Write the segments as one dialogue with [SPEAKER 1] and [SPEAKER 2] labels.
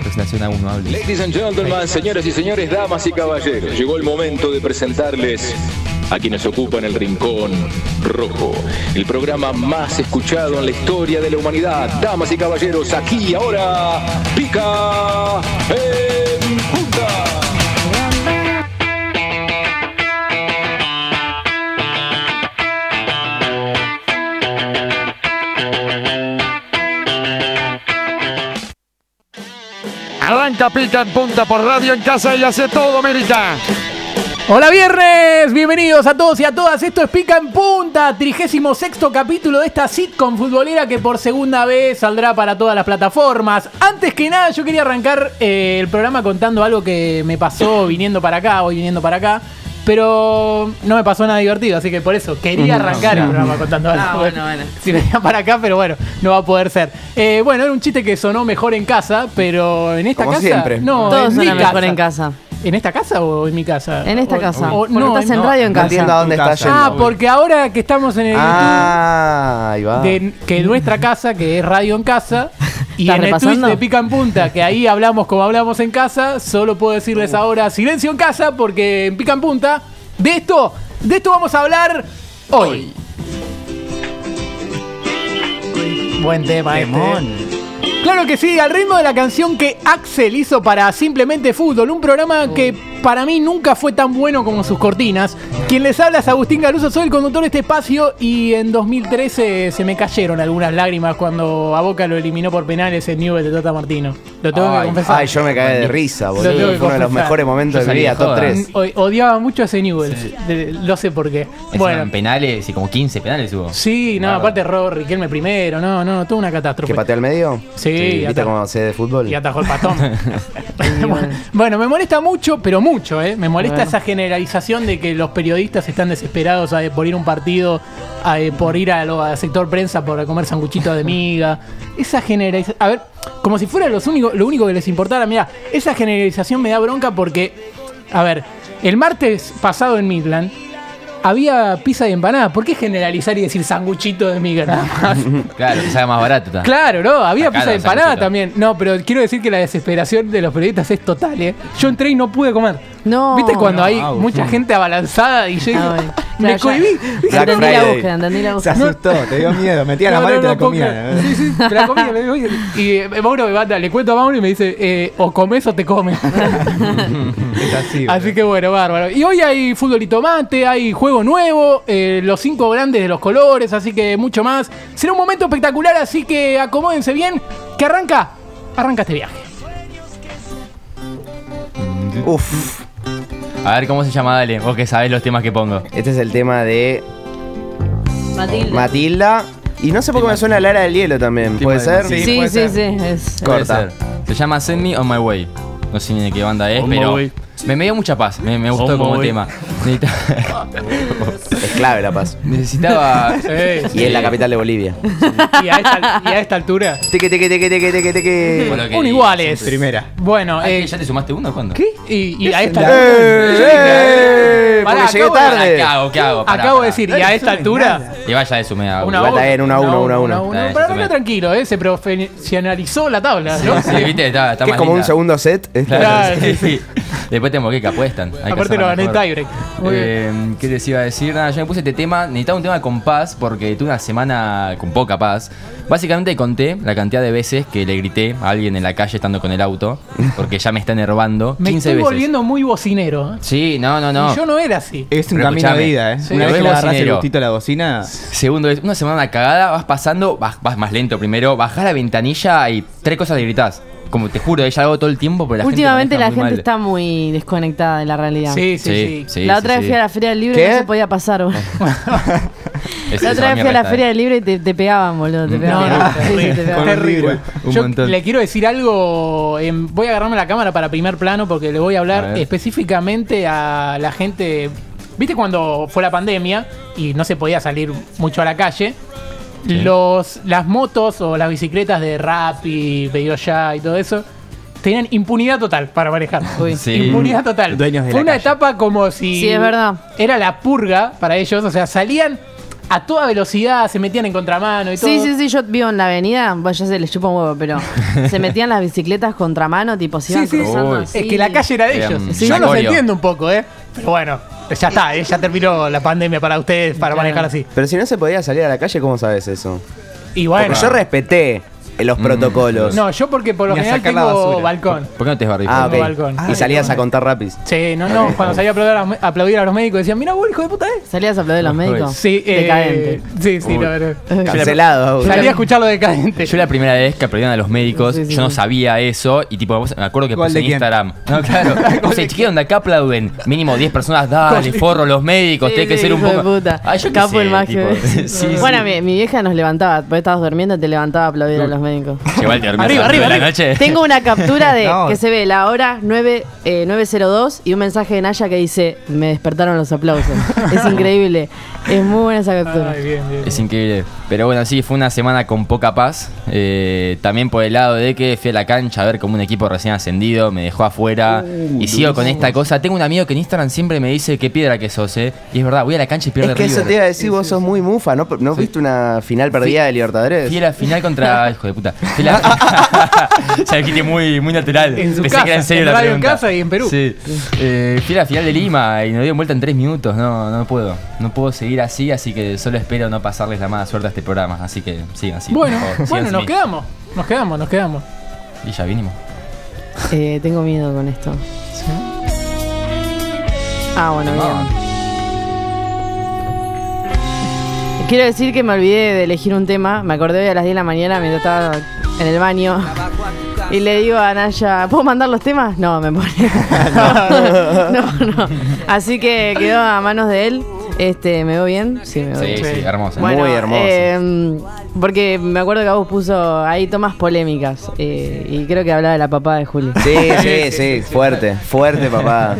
[SPEAKER 1] presentación aún no hable.
[SPEAKER 2] Ladies and gentlemen, señoras y señores, damas y caballeros, llegó el momento de presentarles a quienes ocupan el rincón rojo, el programa más escuchado en la historia de la humanidad. Damas y caballeros, aquí y ahora, pica en punta.
[SPEAKER 3] Arranca Pica en Punta por Radio en Casa y hace todo, Merita.
[SPEAKER 4] Hola viernes, bienvenidos a todos y a todas. Esto es Pica en Punta, 36 capítulo de esta sitcom futbolera que por segunda vez saldrá para todas las plataformas. Antes que nada, yo quería arrancar eh, el programa contando algo que me pasó viniendo para acá, hoy viniendo para acá. Pero no me pasó nada divertido, así que por eso quería arrancar el programa contando algo.
[SPEAKER 5] Ah, bueno, bueno.
[SPEAKER 4] Si venía para acá, pero bueno, no va a poder ser. Eh, bueno, era un chiste que sonó mejor en casa, pero en esta
[SPEAKER 6] Como
[SPEAKER 4] casa.
[SPEAKER 6] siempre.
[SPEAKER 4] No,
[SPEAKER 5] Todos
[SPEAKER 4] en
[SPEAKER 5] son
[SPEAKER 4] mi
[SPEAKER 5] mejor en casa.
[SPEAKER 4] ¿En esta casa o en mi casa?
[SPEAKER 5] En esta
[SPEAKER 4] O-
[SPEAKER 5] casa.
[SPEAKER 4] o-
[SPEAKER 5] Porque estás en
[SPEAKER 4] no.
[SPEAKER 5] radio en
[SPEAKER 6] No entiendo a
[SPEAKER 5] casa.
[SPEAKER 6] dónde
[SPEAKER 7] En
[SPEAKER 6] está
[SPEAKER 7] casa.
[SPEAKER 6] yendo.
[SPEAKER 4] Ah, porque ahora que estamos en el
[SPEAKER 6] Ah, ahí va.
[SPEAKER 4] YouTube de- que nuestra casa, que es radio en casa, y
[SPEAKER 5] ¿Estás
[SPEAKER 4] en el Twitch
[SPEAKER 5] repasando?
[SPEAKER 4] de Pica en Punta, que ahí hablamos como hablamos en casa, solo puedo
[SPEAKER 5] Uh.
[SPEAKER 4] decirles ahora silencio en casa, porque en Pica en Punta, de esto, de esto vamos a hablar hoy. Buen tema, este, eh. Claro que sí, al ritmo de la canción que Axel hizo para Simplemente Fútbol, un programa que para mí nunca fue tan bueno como sus cortinas. Quien les habla es Agustín Galuso, soy el conductor de este espacio y en 2013 se me cayeron algunas lágrimas cuando a Boca lo eliminó por penales el Newell de Tata Martino. Lo tengo que
[SPEAKER 6] Ay,
[SPEAKER 4] confesar.
[SPEAKER 6] ay, yo me caí de risa, boludo.
[SPEAKER 4] Ah, Lo tengo que
[SPEAKER 6] Fue uno de los
[SPEAKER 4] confesar.
[SPEAKER 6] mejores momentos
[SPEAKER 1] Yo
[SPEAKER 6] de mi
[SPEAKER 1] salí
[SPEAKER 6] vida,
[SPEAKER 1] de
[SPEAKER 6] top
[SPEAKER 1] joda.
[SPEAKER 6] 3.
[SPEAKER 4] Mm, O- odiaba mucho a ese Newell, de- no sé por qué.
[SPEAKER 1] Bueno.
[SPEAKER 4] Bueno,
[SPEAKER 1] En penales y como 15 penales hubo.
[SPEAKER 4] sí, no, aparte error, Riquelme primero, no, no, toda una catástrofe.
[SPEAKER 6] ¿Que pateó al medio?
[SPEAKER 4] Sí, y
[SPEAKER 6] ¿Viste
[SPEAKER 4] atajó.
[SPEAKER 6] cómo se de fútbol?
[SPEAKER 4] Y atajó el patón. bueno, me molesta mucho, pero mucho, ¿eh? Me molesta
[SPEAKER 5] Bueno.
[SPEAKER 4] esa generalización de que los periodistas están desesperados eh, por ir a un partido, eh, por ir a lo- al sector prensa, por comer sanguchitos de miga. Esa generalización. A ver, como si fuera los único, lo único que les importara. Mira, esa generalización me da bronca porque. A ver, el martes pasado en Midland. Había pizza y empanada. ¿Por qué generalizar y decir sanguchito de miga nada más?
[SPEAKER 1] Claro, que sale más barato. ta.
[SPEAKER 4] Claro, no, había
[SPEAKER 1] Sacala,
[SPEAKER 4] pizza de empanada
[SPEAKER 1] sacuchito.
[SPEAKER 4] también. No, pero quiero decir que la desesperación de los periodistas es total, ¿eh? Yo entré y no pude comer.
[SPEAKER 5] No.
[SPEAKER 4] ¿Viste cuando
[SPEAKER 5] No,
[SPEAKER 4] hay
[SPEAKER 1] au.
[SPEAKER 4] mucha gente abalanzada y yo digo,
[SPEAKER 5] Ay,
[SPEAKER 4] me
[SPEAKER 5] claro, ya.
[SPEAKER 4] cohibí?
[SPEAKER 5] Entendí
[SPEAKER 6] Black
[SPEAKER 5] la
[SPEAKER 6] Friday.
[SPEAKER 5] búsqueda, entendí la
[SPEAKER 7] Se
[SPEAKER 5] búsqueda.
[SPEAKER 7] asustó, te dio miedo. Metía la
[SPEAKER 4] No,
[SPEAKER 7] mano y
[SPEAKER 4] no,
[SPEAKER 7] te
[SPEAKER 4] no
[SPEAKER 7] la
[SPEAKER 4] puedo
[SPEAKER 7] comía.
[SPEAKER 6] ¿eh?
[SPEAKER 4] creer. Sí, sí, te la comía. me digo, "Oye". y eh, Mauro me manda, le cuento a Mauro y me dice, eh, o comes o te comes.
[SPEAKER 7] Es así.
[SPEAKER 4] Así que bueno, bárbaro. Y hoy hay fútbol y tomate, hay juego nuevo, eh, los cinco grandes de los colores, así que mucho más. Será un momento espectacular, así que acomódense bien, que arranca, arranca este viaje.
[SPEAKER 6] Uf,
[SPEAKER 1] A ver cómo se llama, dale. Vos que sabés los temas que pongo.
[SPEAKER 6] este es el tema de
[SPEAKER 5] Matilde.
[SPEAKER 6] Matilda. Y no sé por qué me suena Lara del Hielo también,
[SPEAKER 1] Tema
[SPEAKER 6] ¿puede
[SPEAKER 1] de
[SPEAKER 6] ser?
[SPEAKER 7] Matilda. Sí,
[SPEAKER 5] Sí,
[SPEAKER 7] puede
[SPEAKER 5] sí,
[SPEAKER 7] ser.
[SPEAKER 5] sí. es-
[SPEAKER 6] Corta.
[SPEAKER 1] Puede ser. Se llama Send Me on My Way. No sé ni de qué banda es,
[SPEAKER 3] On My
[SPEAKER 1] pero.
[SPEAKER 3] Way.
[SPEAKER 1] Me, me dio mucha paz. Me, me gustó
[SPEAKER 3] On My
[SPEAKER 1] como
[SPEAKER 3] Way.
[SPEAKER 1] tema. Necesita-
[SPEAKER 6] Es clave La Paz.
[SPEAKER 1] Necesitaba.
[SPEAKER 6] Y es la capital de Bolivia.
[SPEAKER 4] Y a esta, y a esta altura.
[SPEAKER 6] Teque, teque, teque, teque, teque, teque.
[SPEAKER 1] Por lo que-
[SPEAKER 4] Un iguales.
[SPEAKER 7] Primera.
[SPEAKER 4] Bueno,
[SPEAKER 1] Ah,
[SPEAKER 4] eh,
[SPEAKER 1] ¿Ya te sumaste uno? ¿Cuándo?
[SPEAKER 4] ¿qué? Y, y a esta
[SPEAKER 6] ¡Eh!
[SPEAKER 4] altura. Yo dije,
[SPEAKER 6] ¡Eh!
[SPEAKER 4] Pará,
[SPEAKER 6] Porque llegué
[SPEAKER 4] acabo de-
[SPEAKER 1] Pará, ¿Qué
[SPEAKER 6] tarde.
[SPEAKER 1] hago? ¿Qué hago? Pará,
[SPEAKER 4] acabo de
[SPEAKER 1] pará.
[SPEAKER 4] decir, y a esta altura.
[SPEAKER 1] Y vaya de sumé a
[SPEAKER 4] Una
[SPEAKER 6] Igual está
[SPEAKER 4] a
[SPEAKER 6] bien, una a uno, una a uno.
[SPEAKER 1] Está bien,
[SPEAKER 4] Pero
[SPEAKER 1] está
[SPEAKER 4] acá
[SPEAKER 1] bien.
[SPEAKER 4] tranquilo, ¿eh? Se profesionalizó la tabla, ¿no?
[SPEAKER 1] Sí, viste, está, está
[SPEAKER 6] Que es
[SPEAKER 1] más
[SPEAKER 6] como un
[SPEAKER 1] linda.
[SPEAKER 6] segundo set. este. Esta-
[SPEAKER 1] Claro,
[SPEAKER 4] Claro,
[SPEAKER 1] sí, sí. Después tengo que que apuestan. Hay que
[SPEAKER 4] Aparte
[SPEAKER 1] hacerla
[SPEAKER 4] lo gané en
[SPEAKER 1] mejor.
[SPEAKER 4] tiebreak. Muy
[SPEAKER 1] Eh, ¿Qué les iba a decir? Nada, yo me puse este tema. Necesitaba un tema con paz porque tuve una semana con poca paz. Básicamente conté la cantidad de veces que le grité a alguien en la calle estando con el auto porque ya me está enervando. 15
[SPEAKER 4] Me estoy
[SPEAKER 1] veces.
[SPEAKER 4] volviendo muy bocinero. ¿eh?
[SPEAKER 1] Sí, no, no, no.
[SPEAKER 4] Y yo no era así.
[SPEAKER 7] Es un
[SPEAKER 1] Pero
[SPEAKER 7] camino de
[SPEAKER 1] escuchame,
[SPEAKER 7] vida, ¿eh?
[SPEAKER 1] sí.
[SPEAKER 7] Una
[SPEAKER 1] Pero
[SPEAKER 7] vez que
[SPEAKER 1] es
[SPEAKER 7] le agarrás el
[SPEAKER 1] bocinero.
[SPEAKER 7] gustito a la bocina.
[SPEAKER 1] Segundo, es una semana cagada, vas pasando, vas, vas más lento primero, bajás la ventanilla y tres cosas le gritás. Como te juro, ella hago todo el tiempo, pero la
[SPEAKER 5] Últimamente
[SPEAKER 1] gente
[SPEAKER 5] la
[SPEAKER 1] maneja muy
[SPEAKER 5] gente
[SPEAKER 1] mal.
[SPEAKER 5] está muy desconectada de la realidad.
[SPEAKER 4] Sí, sí, sí.
[SPEAKER 5] la otra vez fui a la Feria del Libro y
[SPEAKER 6] ¿Qué?
[SPEAKER 5] no se podía pasar. boludo. la otra vez fui a la
[SPEAKER 1] eh.
[SPEAKER 5] Feria del Libro y te, te pegaban, boludo. Te
[SPEAKER 4] No,
[SPEAKER 5] pegaban.
[SPEAKER 4] no,
[SPEAKER 5] Sí, sí, te
[SPEAKER 4] terrible.
[SPEAKER 5] pegaban.
[SPEAKER 4] terrible.
[SPEAKER 1] Un
[SPEAKER 4] Yo
[SPEAKER 1] montón.
[SPEAKER 4] le quiero decir algo. em, voy a agarrarme la cámara para primer plano porque le voy a hablar
[SPEAKER 1] A ver.
[SPEAKER 4] específicamente a la gente. ¿Viste cuando fue la pandemia y no se podía salir mucho a la calle? Los, las motos o las bicicletas de Rappi, pedido ya y todo eso tenían impunidad total para manejar.
[SPEAKER 5] Uy.
[SPEAKER 1] Sí.
[SPEAKER 4] Impunidad total.
[SPEAKER 7] Dueños de
[SPEAKER 4] Fue
[SPEAKER 7] la
[SPEAKER 4] una
[SPEAKER 7] calle.
[SPEAKER 4] etapa como si.
[SPEAKER 5] Sí, es verdad.
[SPEAKER 4] Era la purga para ellos. O sea, salían. a toda velocidad, se metían en contramano y todo.
[SPEAKER 5] Sí, sí, sí, yo vivo en la avenida, bueno, ya se les chupa un huevo, pero se metían las bicicletas contramano, tipo, se iban
[SPEAKER 4] Sí, sí.
[SPEAKER 5] cruzando
[SPEAKER 1] Uy.
[SPEAKER 5] así.
[SPEAKER 4] Es que la calle era de
[SPEAKER 1] Era
[SPEAKER 4] ellos.
[SPEAKER 1] un
[SPEAKER 4] Yo los
[SPEAKER 1] sangorio.
[SPEAKER 4] entiendo un poco, ¿eh? Pero bueno, ya está, ¿eh? ya terminó la pandemia para ustedes, para manejar así.
[SPEAKER 6] Pero si no se podía salir a la calle, ¿cómo sabes eso?
[SPEAKER 4] Y
[SPEAKER 6] Porque
[SPEAKER 4] bueno.
[SPEAKER 6] yo respeté los protocolos.
[SPEAKER 4] No, yo porque por lo
[SPEAKER 7] Ni a
[SPEAKER 4] general
[SPEAKER 7] sacar la
[SPEAKER 4] tengo
[SPEAKER 7] basura.
[SPEAKER 4] balcón.
[SPEAKER 1] ¿Por qué no te vas a rifar?
[SPEAKER 6] Ah,
[SPEAKER 4] tengo
[SPEAKER 6] ok.
[SPEAKER 4] balcón.
[SPEAKER 6] Y
[SPEAKER 4] Ay,
[SPEAKER 6] salías a contar rapis.
[SPEAKER 4] Sí, no, no, cuando salía a aplaudir a, los- a aplaudir a los médicos decían, mira, vos, hijo de puta, ¿eh?
[SPEAKER 5] ¿Salías a aplaudir a los
[SPEAKER 1] Ay.
[SPEAKER 5] médicos?
[SPEAKER 4] Sí, eh,
[SPEAKER 5] Decadente.
[SPEAKER 4] Sí, sí, la verdad.
[SPEAKER 6] Cancelado.
[SPEAKER 4] Salí a escucharlo decadente.
[SPEAKER 1] Yo la primera vez que aprendieron a los médicos,
[SPEAKER 5] Sí, sí,
[SPEAKER 1] yo no
[SPEAKER 5] sí.
[SPEAKER 1] sabía eso y tipo, vos- me acuerdo que
[SPEAKER 7] ¿Gol
[SPEAKER 1] puse
[SPEAKER 7] de
[SPEAKER 1] en
[SPEAKER 7] quién?
[SPEAKER 1] Instagram. No, claro. Puse, che, donde acá aplauden mínimo 10 personas, dale, forro los médicos,
[SPEAKER 5] Sí,
[SPEAKER 1] tiene que
[SPEAKER 5] sí,
[SPEAKER 1] ser un
[SPEAKER 5] hijo de
[SPEAKER 1] poco...
[SPEAKER 5] puta.
[SPEAKER 1] Ay, yo qué
[SPEAKER 5] Capo
[SPEAKER 1] sé,
[SPEAKER 5] el magio.
[SPEAKER 1] tipo,
[SPEAKER 5] ese.
[SPEAKER 1] sí,
[SPEAKER 5] bueno,
[SPEAKER 1] sí.
[SPEAKER 5] Mi, mi vieja nos levantaba, porque estabas durmiendo, te levantaba a aplaudir a los médicos.
[SPEAKER 1] Llegó el termómetro
[SPEAKER 4] Arriba,
[SPEAKER 1] de
[SPEAKER 4] arriba,
[SPEAKER 1] la
[SPEAKER 4] arriba.
[SPEAKER 1] noche.
[SPEAKER 5] Tengo una captura de
[SPEAKER 7] No.
[SPEAKER 5] que se ve la hora 9, eh, 9.02 y un mensaje de Naya que dice, me despertaron los aplausos. es increíble. Es muy buena esa captura.
[SPEAKER 4] Ay, bien, bien.
[SPEAKER 1] Es increíble. Pero bueno, sí, fue una semana con poca paz. Eh, también por el lado de que fui a la cancha a ver como un equipo recién ascendido me dejó afuera. y sigo con esta cosa. Tengo un amigo que en Instagram siempre me dice qué piedra que sos, eh. Y es verdad, voy a la cancha y pierdo
[SPEAKER 6] Es que eso te iba a decir, vos sos muy mufa, ¿no? ¿No viste una final perdida de Libertadores?
[SPEAKER 1] Fui a la final contra. Hijo de puta. Fui a la- O sea, dijiste muy, muy natural.
[SPEAKER 4] En
[SPEAKER 1] Pensé
[SPEAKER 4] su
[SPEAKER 1] que
[SPEAKER 4] casa,
[SPEAKER 1] era en serio
[SPEAKER 4] en
[SPEAKER 1] la
[SPEAKER 4] radio en
[SPEAKER 1] pregunta.
[SPEAKER 4] casa y en Perú.
[SPEAKER 1] Sí. Eh, fui a la final de Lima y nos dieron vuelta en tres minutos. No, no puedo. No puedo seguir así, así que solo espero no pasarles la mala suerte a este programa. Así que sigan así.
[SPEAKER 4] Bueno,
[SPEAKER 1] por favor,
[SPEAKER 4] bueno,
[SPEAKER 1] síganse
[SPEAKER 4] nos
[SPEAKER 1] mí.
[SPEAKER 4] quedamos. Nos quedamos, nos quedamos.
[SPEAKER 1] Y ya vinimos.
[SPEAKER 5] Eh, tengo miedo con esto. Ah, bueno, bien. Quiero decir que me olvidé de elegir un tema. Me acordé hoy a las 10 de la mañana mientras estaba en el baño. Y le digo a Naya, ¿puedo mandar los temas? No, me pone. no, no. Así que quedó a manos de él. Este, ¿me veo bien? Sí, me veo
[SPEAKER 1] Sí,
[SPEAKER 5] bien.
[SPEAKER 1] sí, hermoso.
[SPEAKER 5] Bueno,
[SPEAKER 6] Muy hermoso.
[SPEAKER 5] eh, porque me acuerdo que a vos puso ahí tomas polémicas. eh, y creo que hablaba de la papá de Juli.
[SPEAKER 6] Sí, sí, sí, fuerte, fuerte, papá.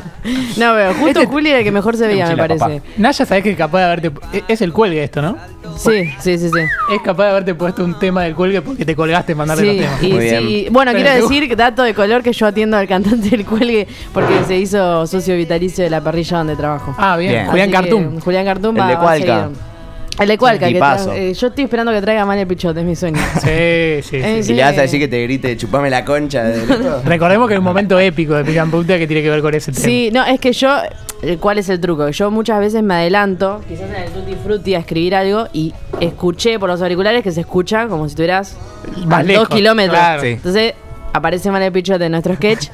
[SPEAKER 5] No, pero
[SPEAKER 4] Este
[SPEAKER 5] justo Juli era el que mejor se veía, me
[SPEAKER 1] mochila,
[SPEAKER 5] parece.
[SPEAKER 4] Naya, sabés que es capaz de haberte. e- Es el cuelgue esto, ¿no?
[SPEAKER 5] Sí, sí, sí, sí.
[SPEAKER 4] Es capaz de haberte puesto un tema del cuelgue porque te colgaste en mandarle
[SPEAKER 5] Sí,
[SPEAKER 4] los temas.
[SPEAKER 5] y
[SPEAKER 6] Muy bien.
[SPEAKER 5] sí. Bueno,
[SPEAKER 4] Pero
[SPEAKER 5] quiero
[SPEAKER 4] seguro-
[SPEAKER 5] decir, dato de color, que yo atiendo al cantante del cuelgue porque se hizo socio vitalicio de la parrilla donde trabajo.
[SPEAKER 4] Ah, bien.
[SPEAKER 7] Bien.
[SPEAKER 4] Julián
[SPEAKER 5] Así que,
[SPEAKER 4] Cartoon.
[SPEAKER 5] Julián Cartoon
[SPEAKER 6] El
[SPEAKER 5] va,
[SPEAKER 6] de
[SPEAKER 5] va
[SPEAKER 6] Cualca.
[SPEAKER 5] seguido. El de Cualca. Que tra-
[SPEAKER 6] Tipazo.
[SPEAKER 5] eh, yo estoy esperando que traiga Amalia Pichot, es mi sueño.
[SPEAKER 4] Sí, sí, sí.
[SPEAKER 5] Eh,
[SPEAKER 6] Y le vas a decir que te grite, chupame la concha. de loco.
[SPEAKER 4] Recordemos que es un momento épico de Pican Punta que tiene que ver con ese tema.
[SPEAKER 5] Sí, no, es que yo, eh, ¿cuál es el truco? Yo muchas veces me adelanto, quizás en el Tutti Frutti a escribir algo y escuché por los auriculares que se escucha como si tuvieras
[SPEAKER 4] Más
[SPEAKER 5] a
[SPEAKER 4] lejos,
[SPEAKER 5] dos kilómetros.
[SPEAKER 4] claro. Sí.
[SPEAKER 5] Entonces aparece mal el pichot de nuestro sketch.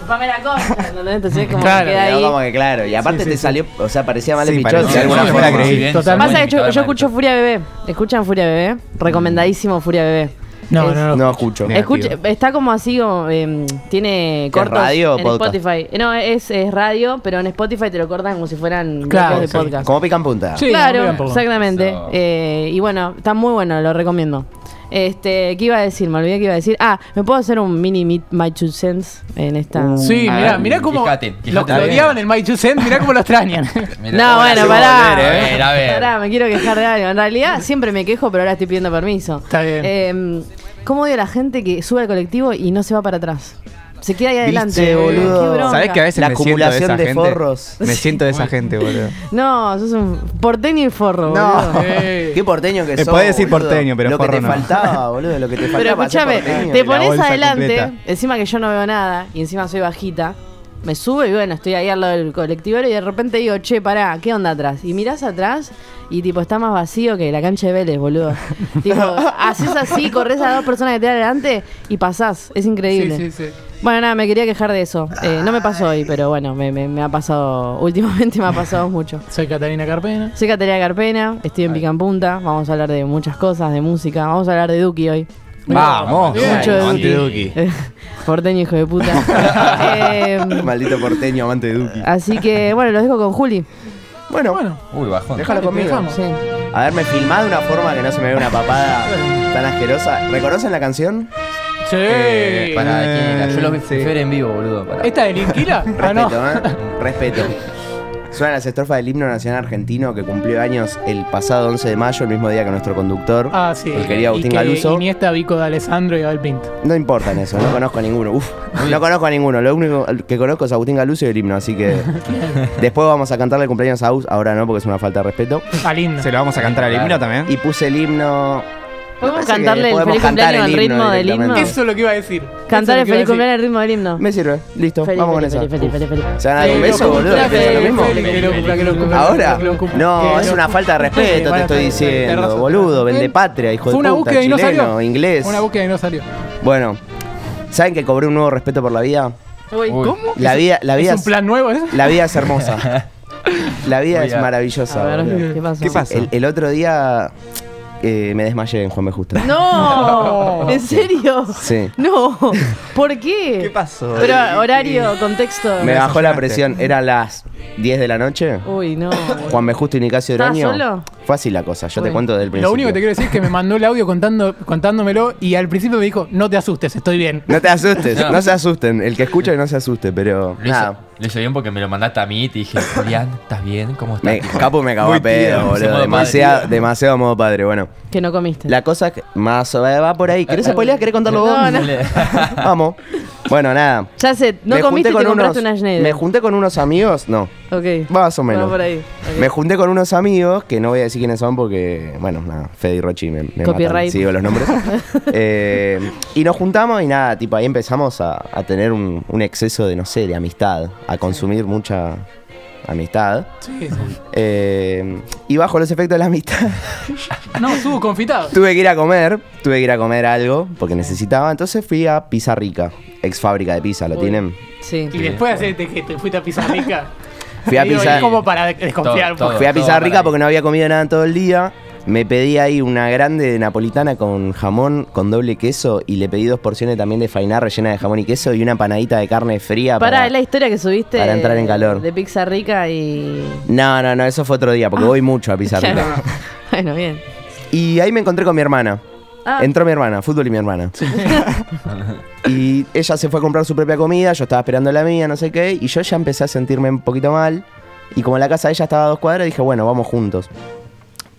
[SPEAKER 5] Chupame la cosa, ¿entendés? Entonces como que
[SPEAKER 4] Claro.
[SPEAKER 5] queda
[SPEAKER 6] Pero como
[SPEAKER 5] ahí.
[SPEAKER 6] que claro, y aparte te salió, o sea, parecía mal el
[SPEAKER 7] Sí,
[SPEAKER 6] pichón
[SPEAKER 7] parecía,
[SPEAKER 6] de alguna
[SPEAKER 7] sí,
[SPEAKER 6] forma.
[SPEAKER 7] era creíble.
[SPEAKER 5] Pasa que yo, yo escucho Furia Bebé. ¿Escuchan Furia Bebé? Recomendadísimo Furia Bebé.
[SPEAKER 4] No,
[SPEAKER 5] Es-
[SPEAKER 4] no, no.
[SPEAKER 6] No escucho.
[SPEAKER 7] Negativo.
[SPEAKER 5] Escuche- está como así, como, eh, tiene
[SPEAKER 6] ¿Qué,
[SPEAKER 5] cortos
[SPEAKER 6] radio o
[SPEAKER 5] en
[SPEAKER 6] podcast?
[SPEAKER 5] Spotify. Eh, No, es, es radio, pero en Spotify te lo cortan como si fueran
[SPEAKER 4] Claro,
[SPEAKER 5] bloques de
[SPEAKER 4] sí.
[SPEAKER 5] podcast.
[SPEAKER 6] Como pican punta.
[SPEAKER 4] Sí, no,
[SPEAKER 5] claro,
[SPEAKER 4] tampoco.
[SPEAKER 5] exactamente.
[SPEAKER 1] Eso.
[SPEAKER 5] Eh, y bueno, está muy bueno, lo recomiendo. Este, ¿qué iba a decir? Me olvidé que iba a decir. Ah, ¿me puedo hacer un mini meet my two cents en
[SPEAKER 6] Uh,
[SPEAKER 5] esta?
[SPEAKER 4] Sí,
[SPEAKER 1] Ah,
[SPEAKER 4] mirá, mirá cómo.
[SPEAKER 1] fíjate,
[SPEAKER 4] lo
[SPEAKER 1] fíjate
[SPEAKER 4] lo
[SPEAKER 1] bien.
[SPEAKER 4] odiaban el My Two Cent, mirá cómo lo extrañan.
[SPEAKER 5] No, bueno, pará.
[SPEAKER 1] A ver, eh. a ver.
[SPEAKER 5] Pará, me quiero quejar de algo. En realidad siempre me quejo, pero ahora estoy pidiendo permiso.
[SPEAKER 4] Está bien.
[SPEAKER 5] Eh, ¿Cómo odio a la gente que sube al colectivo y no se va para atrás? Se queda ahí adelante,
[SPEAKER 6] Viste,
[SPEAKER 5] Qué
[SPEAKER 6] boludo.
[SPEAKER 5] bronca.
[SPEAKER 7] ¿Sabés que a veces
[SPEAKER 6] La
[SPEAKER 7] me siento de esa
[SPEAKER 6] acumulación de
[SPEAKER 7] gente?
[SPEAKER 6] forros.
[SPEAKER 7] Me siento de esa gente, boludo.
[SPEAKER 5] No, sos un porteño y forro, boludo.
[SPEAKER 6] No.
[SPEAKER 4] Eh,
[SPEAKER 6] Qué porteño que
[SPEAKER 7] Eh,
[SPEAKER 6] sos.
[SPEAKER 7] podés decir
[SPEAKER 6] boludo.
[SPEAKER 7] porteño, pero
[SPEAKER 6] Lo que
[SPEAKER 7] forro
[SPEAKER 6] te
[SPEAKER 7] no.
[SPEAKER 6] faltaba, boludo, lo que te
[SPEAKER 5] Pero
[SPEAKER 6] faltaba. para ser
[SPEAKER 5] escúchame,
[SPEAKER 6] porteño.
[SPEAKER 5] te
[SPEAKER 7] la
[SPEAKER 5] pones
[SPEAKER 7] bolsa
[SPEAKER 5] adelante,
[SPEAKER 7] completa.
[SPEAKER 5] encima que yo no veo nada y encima soy bajita. Me subo y bueno, estoy ahí al lado del colectivero y de repente digo, che, pará, ¿qué onda atrás? Y mirás atrás y tipo, está más vacío que la cancha de Vélez, boludo. tipo, haces así, corres a dos personas que te dan adelante y pasás. Es increíble.
[SPEAKER 4] sí, sí, sí.
[SPEAKER 5] Bueno, nada, me quería quejar de eso. Eh, no me pasó hoy, pero bueno, me, me- me ha pasado, últimamente me ha pasado mucho.
[SPEAKER 4] Soy Catalina Carpena.
[SPEAKER 5] Soy Catalina Carpena, estoy en Picampunta, vamos a hablar de muchas cosas, de música, vamos a hablar de Duki hoy.
[SPEAKER 7] Vamos.
[SPEAKER 4] Bien.
[SPEAKER 5] Mucho de
[SPEAKER 7] Aguante
[SPEAKER 5] Duki.
[SPEAKER 7] Duki.
[SPEAKER 5] Eh, Porteño, hijo de puta. Em,
[SPEAKER 6] Maldito porteño, amante de Duki.
[SPEAKER 5] así que, bueno, los dejo con Juli.
[SPEAKER 6] Bueno,
[SPEAKER 4] Bueno,
[SPEAKER 1] Uy, bajón.
[SPEAKER 6] déjalo conmigo.
[SPEAKER 4] dejamos.
[SPEAKER 5] Sí.
[SPEAKER 6] Haberme filmado de una forma que no se me ve una papada tan asquerosa. ¿Reconocen la canción?
[SPEAKER 4] Sí.
[SPEAKER 1] Eh, pará, ¿quién era? Yo lo vi
[SPEAKER 7] Sí.
[SPEAKER 1] prefiero en vivo, boludo. pará.
[SPEAKER 4] ¿Esta de Linkila? Ah, no.
[SPEAKER 6] Respeto, ¿eh? Respeto. Suenan las estrofas del himno nacional argentino que cumplió años el pasado 11 de mayo, el mismo día que nuestro conductor,
[SPEAKER 4] Ah, sí.
[SPEAKER 6] el querido Agustín
[SPEAKER 4] y que
[SPEAKER 6] Galuso.
[SPEAKER 4] Iniesta, Vico de Alessandro y Abel Pinto.
[SPEAKER 6] No importa en eso, no conozco a ninguno. Uf, no conozco a ninguno. Lo único que conozco es Agustín Galuso y el himno, así que después vamos a cantarle el cumpleaños a Aus, ahora no, porque es una falta de respeto.
[SPEAKER 4] Ah, lindo.
[SPEAKER 7] Se lo vamos a cantar al himno también.
[SPEAKER 6] Y puse el himno.
[SPEAKER 5] ¿Podemos
[SPEAKER 6] Parece que
[SPEAKER 5] cantarle el
[SPEAKER 6] podemos
[SPEAKER 5] feliz
[SPEAKER 6] cantar
[SPEAKER 5] cumpleaños al
[SPEAKER 6] el himno
[SPEAKER 5] ritmo del himno?
[SPEAKER 6] directamente.
[SPEAKER 4] Eso es lo que iba a decir.
[SPEAKER 5] Cantar el
[SPEAKER 4] Eso es
[SPEAKER 5] feliz
[SPEAKER 4] lo que iba a
[SPEAKER 5] cumpleaños al ritmo del himno.
[SPEAKER 6] Me sirve, listo,
[SPEAKER 5] Feliz,
[SPEAKER 6] vamos con
[SPEAKER 5] feliz,
[SPEAKER 6] eso.
[SPEAKER 5] feliz, feliz, feliz, feliz.
[SPEAKER 6] ¿Se van a dar
[SPEAKER 4] decir.
[SPEAKER 6] un beso,
[SPEAKER 4] Que lo
[SPEAKER 6] boludo? ¿Piensan lo
[SPEAKER 4] cumpla,
[SPEAKER 6] mismo?
[SPEAKER 4] que lo cumpla, que lo cumpla,
[SPEAKER 6] ¿Ahora?
[SPEAKER 4] que lo cumpla.
[SPEAKER 6] No,
[SPEAKER 4] Que
[SPEAKER 6] es
[SPEAKER 4] lo-
[SPEAKER 6] una falta de
[SPEAKER 4] Sí,
[SPEAKER 6] respeto, te
[SPEAKER 4] bueno,
[SPEAKER 6] estoy
[SPEAKER 4] tenés- tenés
[SPEAKER 6] diciendo,
[SPEAKER 4] razón.
[SPEAKER 6] boludo. Vende
[SPEAKER 4] Eh,
[SPEAKER 6] patria, hijo
[SPEAKER 4] Fue
[SPEAKER 6] de
[SPEAKER 4] una
[SPEAKER 6] puta.
[SPEAKER 4] búsqueda y no
[SPEAKER 6] Chileno,
[SPEAKER 4] salió.
[SPEAKER 6] inglés.
[SPEAKER 4] Una búsqueda y no salió.
[SPEAKER 6] Bueno, ¿saben que cobré un nuevo respeto por la vida?
[SPEAKER 1] Uy.
[SPEAKER 5] Uy, ¿Cómo?
[SPEAKER 6] La vida, la vida
[SPEAKER 4] ¿Es un plan nuevo eso?
[SPEAKER 6] La vida es hermosa. La vida es
[SPEAKER 1] Mira.
[SPEAKER 5] A
[SPEAKER 6] maravillosa. boludo.
[SPEAKER 5] ver, ¿qué pasa?
[SPEAKER 7] ¿Qué pasa?
[SPEAKER 6] El, el otro día eh, me desmayé en Juan B. Justo.
[SPEAKER 5] ¡No! ¿En serio?
[SPEAKER 6] Sí.
[SPEAKER 5] No. ¿Por qué?
[SPEAKER 7] ¿Qué pasó?
[SPEAKER 5] Pero horario, contexto.
[SPEAKER 6] Me bajó la
[SPEAKER 7] desmayaste.
[SPEAKER 6] presión. Eran las 10 de la noche.
[SPEAKER 5] Uy, no.
[SPEAKER 6] Juan B. Justo y Nicasio
[SPEAKER 5] ¿Estabas
[SPEAKER 6] Oroño.
[SPEAKER 5] solo?
[SPEAKER 6] Fue así la cosa. Yo te
[SPEAKER 5] Bueno.
[SPEAKER 6] cuento del principio.
[SPEAKER 4] Lo único que te quiero decir es que me mandó el audio contando, contándomelo y al principio me dijo, no te asustes, estoy bien.
[SPEAKER 6] No te asustes, no.
[SPEAKER 1] No.
[SPEAKER 6] se asusten. El que escucha que no se asuste, pero
[SPEAKER 1] Lo hice,
[SPEAKER 6] nada.
[SPEAKER 1] lo hice bien porque me lo mandaste a mí y te dije, Julián, ¿estás bien? ¿Cómo estás?
[SPEAKER 6] Me, Capu me cagó
[SPEAKER 7] Muy
[SPEAKER 6] a pedo,
[SPEAKER 7] tío,
[SPEAKER 1] ese
[SPEAKER 6] boludo.
[SPEAKER 1] modo
[SPEAKER 6] Demasiado,
[SPEAKER 1] padre.
[SPEAKER 6] demasiado modo padre. Bueno,
[SPEAKER 5] Que no comiste.
[SPEAKER 6] la cosa es que más o- va por ahí. ¿Querés spoilear? ¿Querés contarlo vos?
[SPEAKER 5] No, no.
[SPEAKER 6] Vamos. Bueno, nada.
[SPEAKER 5] Ya sé, no
[SPEAKER 6] Me
[SPEAKER 5] comiste
[SPEAKER 6] junté
[SPEAKER 5] y te compraste
[SPEAKER 6] unos-
[SPEAKER 5] una Schneider.
[SPEAKER 6] Me junté con unos amigos, no,
[SPEAKER 5] Ok.
[SPEAKER 6] más o menos.
[SPEAKER 5] Va por ahí. Ok.
[SPEAKER 6] Me junté con unos amigos, que no voy a decir quiénes son porque, bueno, nada, Fede y Rochi me, me matan
[SPEAKER 5] Copyright.
[SPEAKER 6] si digo los nombres. Eh, y nos juntamos y nada, tipo, ahí empezamos a, a tener un, un exceso de, no sé, de amistad, a consumir mucha amistad.
[SPEAKER 4] Sí, sí.
[SPEAKER 6] Eh, y bajo los efectos de la amistad,
[SPEAKER 4] No, estuvo confitado.
[SPEAKER 6] tuve que ir a comer, tuve que ir a comer algo porque necesitaba, entonces fui a Pizza Rica, ex fábrica de pizza, ¿lo
[SPEAKER 5] Uy.
[SPEAKER 6] tienen?
[SPEAKER 5] Sí.
[SPEAKER 4] Y después de hacerte que te fuiste a Pizarrica.
[SPEAKER 6] Fui a
[SPEAKER 4] digo,
[SPEAKER 6] Pizza-
[SPEAKER 4] Es como para desconfiar un
[SPEAKER 1] Todo,
[SPEAKER 4] poco.
[SPEAKER 1] todo.
[SPEAKER 6] Fui a Pizarrica
[SPEAKER 1] para ahí.
[SPEAKER 6] porque no había comido nada en todo el día. Me pedí ahí una grande de napolitana con jamón, con doble queso y le pedí dos porciones también de fainá rellena de jamón y queso y una panadita de carne fría.
[SPEAKER 5] Pará,
[SPEAKER 6] Para,
[SPEAKER 5] es la historia que subiste.
[SPEAKER 6] Ah, para entrar en calor.
[SPEAKER 5] De pizza rica y.
[SPEAKER 6] No, no, no, eso fue otro día
[SPEAKER 5] Ah.
[SPEAKER 6] porque voy mucho a Pizarrica.
[SPEAKER 5] Claro. Bueno, bien.
[SPEAKER 6] Y ahí me encontré con mi hermana.
[SPEAKER 5] Ah.
[SPEAKER 6] Entró mi hermana, fútbol y mi hermana. y ella se fue a comprar su propia comida, yo estaba esperando la mía, no sé qué, y yo ya empecé a sentirme un poquito mal. Y como la casa de ella estaba a dos cuadras, dije, bueno, vamos juntos.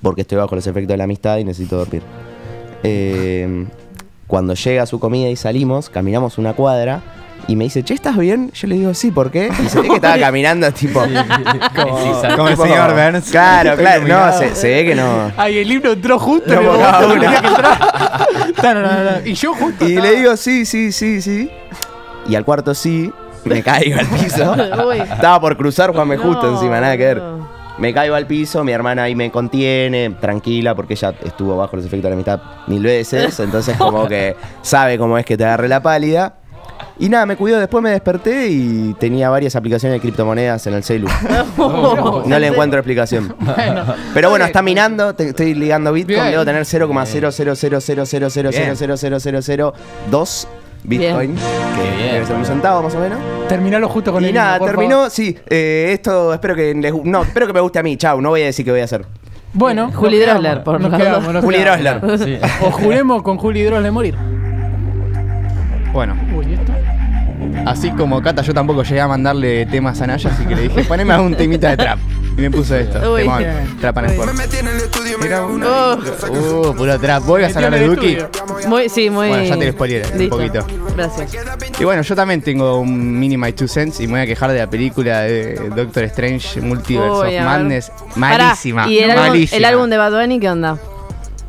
[SPEAKER 6] Porque estoy bajo los efectos de la amistad y necesito dormir. Eh, cuando llega su comida y salimos, caminamos una cuadra. Y me dice, che, ¿estás bien? Yo le digo, sí, ¿por qué? Y se ve que estaba caminando, tipo.
[SPEAKER 1] Precisa.
[SPEAKER 7] Como el
[SPEAKER 6] tipo-
[SPEAKER 7] señor Burns.
[SPEAKER 6] Claro, claro. No,
[SPEAKER 7] Iluminado.
[SPEAKER 6] se, se ve que no.
[SPEAKER 4] Ay, el libro entró justo en el
[SPEAKER 6] No,
[SPEAKER 4] momento
[SPEAKER 6] no,
[SPEAKER 4] que tenía
[SPEAKER 6] no.
[SPEAKER 4] que entrar. Ta, no, no, no, no. Y yo justo.
[SPEAKER 6] Y
[SPEAKER 4] estaba-
[SPEAKER 6] le digo, sí, sí, sí, sí. Y al cuarto sí, me caigo al piso.
[SPEAKER 5] Uy.
[SPEAKER 6] Estaba por cruzar Juan me justo
[SPEAKER 5] No,
[SPEAKER 6] encima, nada que ver.
[SPEAKER 5] no.
[SPEAKER 6] Me caigo al piso, mi hermana ahí me contiene, tranquila, porque ella estuvo bajo los efectos de la mitad mil veces, entonces como que sabe cómo es que te agarre la pálida. Y nada, me cuidó, después me desperté y tenía varias aplicaciones de criptomonedas en el celu. No le encuentro explicación.
[SPEAKER 4] Bueno,
[SPEAKER 6] Pero bueno,
[SPEAKER 4] Ok.
[SPEAKER 6] está minando, te- estoy ligando Bitcoin,
[SPEAKER 4] Bien.
[SPEAKER 6] debo tener 0,0000000000002 Bitcoin, que
[SPEAKER 1] Qué bien.
[SPEAKER 6] debe ser un centavo más o menos.
[SPEAKER 4] Terminalo justo con
[SPEAKER 6] Y
[SPEAKER 4] el
[SPEAKER 6] nada,
[SPEAKER 4] libro, por
[SPEAKER 6] terminó,
[SPEAKER 4] favor.
[SPEAKER 6] sí, eh, esto espero que les gu- no, espero que me guste a mí, chau, no voy a decir qué voy a hacer.
[SPEAKER 4] Bueno,
[SPEAKER 5] Juli
[SPEAKER 4] nos
[SPEAKER 5] Drosler,
[SPEAKER 4] quedamos,
[SPEAKER 5] por
[SPEAKER 4] nos
[SPEAKER 5] la
[SPEAKER 4] quedamos,
[SPEAKER 5] duda.
[SPEAKER 4] nos
[SPEAKER 6] Juli
[SPEAKER 4] quedamos.
[SPEAKER 6] Drosler.
[SPEAKER 1] Sí.
[SPEAKER 4] O juremos con Juli Drosler morir.
[SPEAKER 7] Bueno,
[SPEAKER 4] Uy, ¿y esto?
[SPEAKER 7] así como Cata, yo tampoco llegué a mandarle temas a Naya, así que le dije, poneme algún temita de trap. Y me puso esto.
[SPEAKER 5] Uy.
[SPEAKER 7] temón,
[SPEAKER 5] Bien.
[SPEAKER 7] Trap and
[SPEAKER 5] Uy.
[SPEAKER 7] Sport.
[SPEAKER 5] Oh,
[SPEAKER 7] Uh, puro trap. Voy a
[SPEAKER 4] Metió
[SPEAKER 7] salir
[SPEAKER 4] en
[SPEAKER 7] al
[SPEAKER 4] el
[SPEAKER 7] Duki.
[SPEAKER 4] estudio.
[SPEAKER 5] muy, sí, muy.
[SPEAKER 7] Bueno, ya te lo spoileé un
[SPEAKER 5] Listo.
[SPEAKER 7] poquito.
[SPEAKER 5] Gracias.
[SPEAKER 7] Y bueno, yo también tengo un mini My Two Cents y me voy a quejar de la película de Doctor Strange Multiverse
[SPEAKER 5] Uy, a
[SPEAKER 7] of
[SPEAKER 5] ver.
[SPEAKER 7] Madness.
[SPEAKER 5] Pará,
[SPEAKER 7] Malísima.
[SPEAKER 5] ¿Y el álbum,
[SPEAKER 7] malísima.
[SPEAKER 5] el álbum de Bad Bunny qué onda?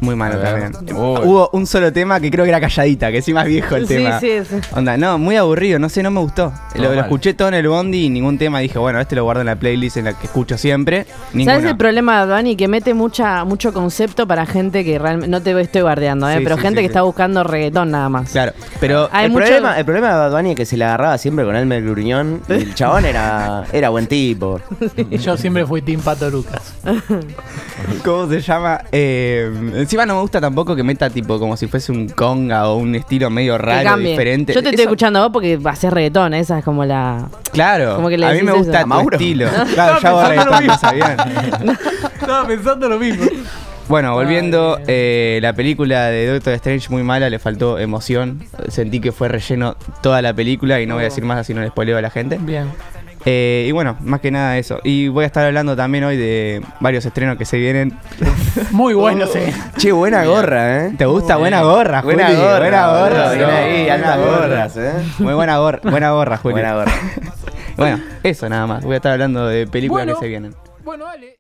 [SPEAKER 7] Muy malo
[SPEAKER 1] A ver.
[SPEAKER 7] también.
[SPEAKER 1] Uy.
[SPEAKER 7] Hubo un solo tema que creo que era calladita, que sí más viejo el
[SPEAKER 5] Sí,
[SPEAKER 7] tema.
[SPEAKER 5] sí, sí.
[SPEAKER 7] Onda, no, muy aburrido, no sé, no me gustó. Lo, lo
[SPEAKER 1] mal.
[SPEAKER 7] escuché todo en el bondi y ningún tema. Dije, bueno, este lo guardo en la playlist en la que escucho siempre. Ninguno.
[SPEAKER 5] ¿Sabes el problema de Bad Bunny? Que mete mucha, mucho concepto para gente que realmente. No te estoy bardeando, ¿eh?
[SPEAKER 7] Sí,
[SPEAKER 5] pero
[SPEAKER 7] sí,
[SPEAKER 5] gente
[SPEAKER 7] sí,
[SPEAKER 5] que
[SPEAKER 7] sí.
[SPEAKER 5] está buscando reggaetón nada más.
[SPEAKER 7] Claro, pero
[SPEAKER 5] Hay
[SPEAKER 6] el,
[SPEAKER 5] mucho-
[SPEAKER 6] problema, el problema de Bad Bunny es que se la agarraba siempre con Elmer Gruñón y el chabón era, era buen tipo.
[SPEAKER 4] Yo siempre fui Team Pato Lucas.
[SPEAKER 7] ¿Cómo se llama? Eh, encima no me gusta tampoco que meta tipo como si fuese un conga o un estilo medio
[SPEAKER 5] Que
[SPEAKER 7] raro,
[SPEAKER 5] cambie.
[SPEAKER 7] diferente.
[SPEAKER 5] Yo te
[SPEAKER 7] Eso-
[SPEAKER 5] estoy escuchando a vos porque haces reggaetón, ¿eh? esa es como la.
[SPEAKER 7] Claro,
[SPEAKER 5] Como que le
[SPEAKER 7] a mí
[SPEAKER 5] decís
[SPEAKER 7] me gusta
[SPEAKER 5] eso.
[SPEAKER 7] tu
[SPEAKER 6] ¿Mauro?
[SPEAKER 7] estilo. Claro, ya vos
[SPEAKER 4] pensando lo
[SPEAKER 7] reggaetón,
[SPEAKER 4] mismo.
[SPEAKER 7] ¿sabían?
[SPEAKER 4] Estaba pensando lo mismo.
[SPEAKER 7] Bueno, volviendo, eh, la película de Doctor Strange muy mala, le faltó
[SPEAKER 6] Oh.
[SPEAKER 7] emoción. Sentí que fue relleno toda la película y no voy a decir más así no le spoileo a la gente.
[SPEAKER 4] Bien.
[SPEAKER 7] Eh, y bueno, más que nada eso. Y voy a estar hablando también hoy de varios estrenos que se vienen.
[SPEAKER 4] Muy bueno, sí.
[SPEAKER 6] Che, buena gorra, ¿eh?
[SPEAKER 7] ¿Te gusta? Buena gorra,
[SPEAKER 6] Buena
[SPEAKER 7] Juli,
[SPEAKER 6] gorra,
[SPEAKER 7] Buena gorra.
[SPEAKER 6] boludo, bien
[SPEAKER 7] no,
[SPEAKER 6] ahí,
[SPEAKER 7] buena
[SPEAKER 6] altas
[SPEAKER 7] gorra.
[SPEAKER 6] gorras, ¿eh?
[SPEAKER 7] Muy buena gorra, buena gorra, Juli.
[SPEAKER 6] Buena gorra.
[SPEAKER 7] Bueno, eso nada más. Voy a estar hablando de películas
[SPEAKER 4] Bueno.
[SPEAKER 7] que se vienen.
[SPEAKER 4] Bueno, dale.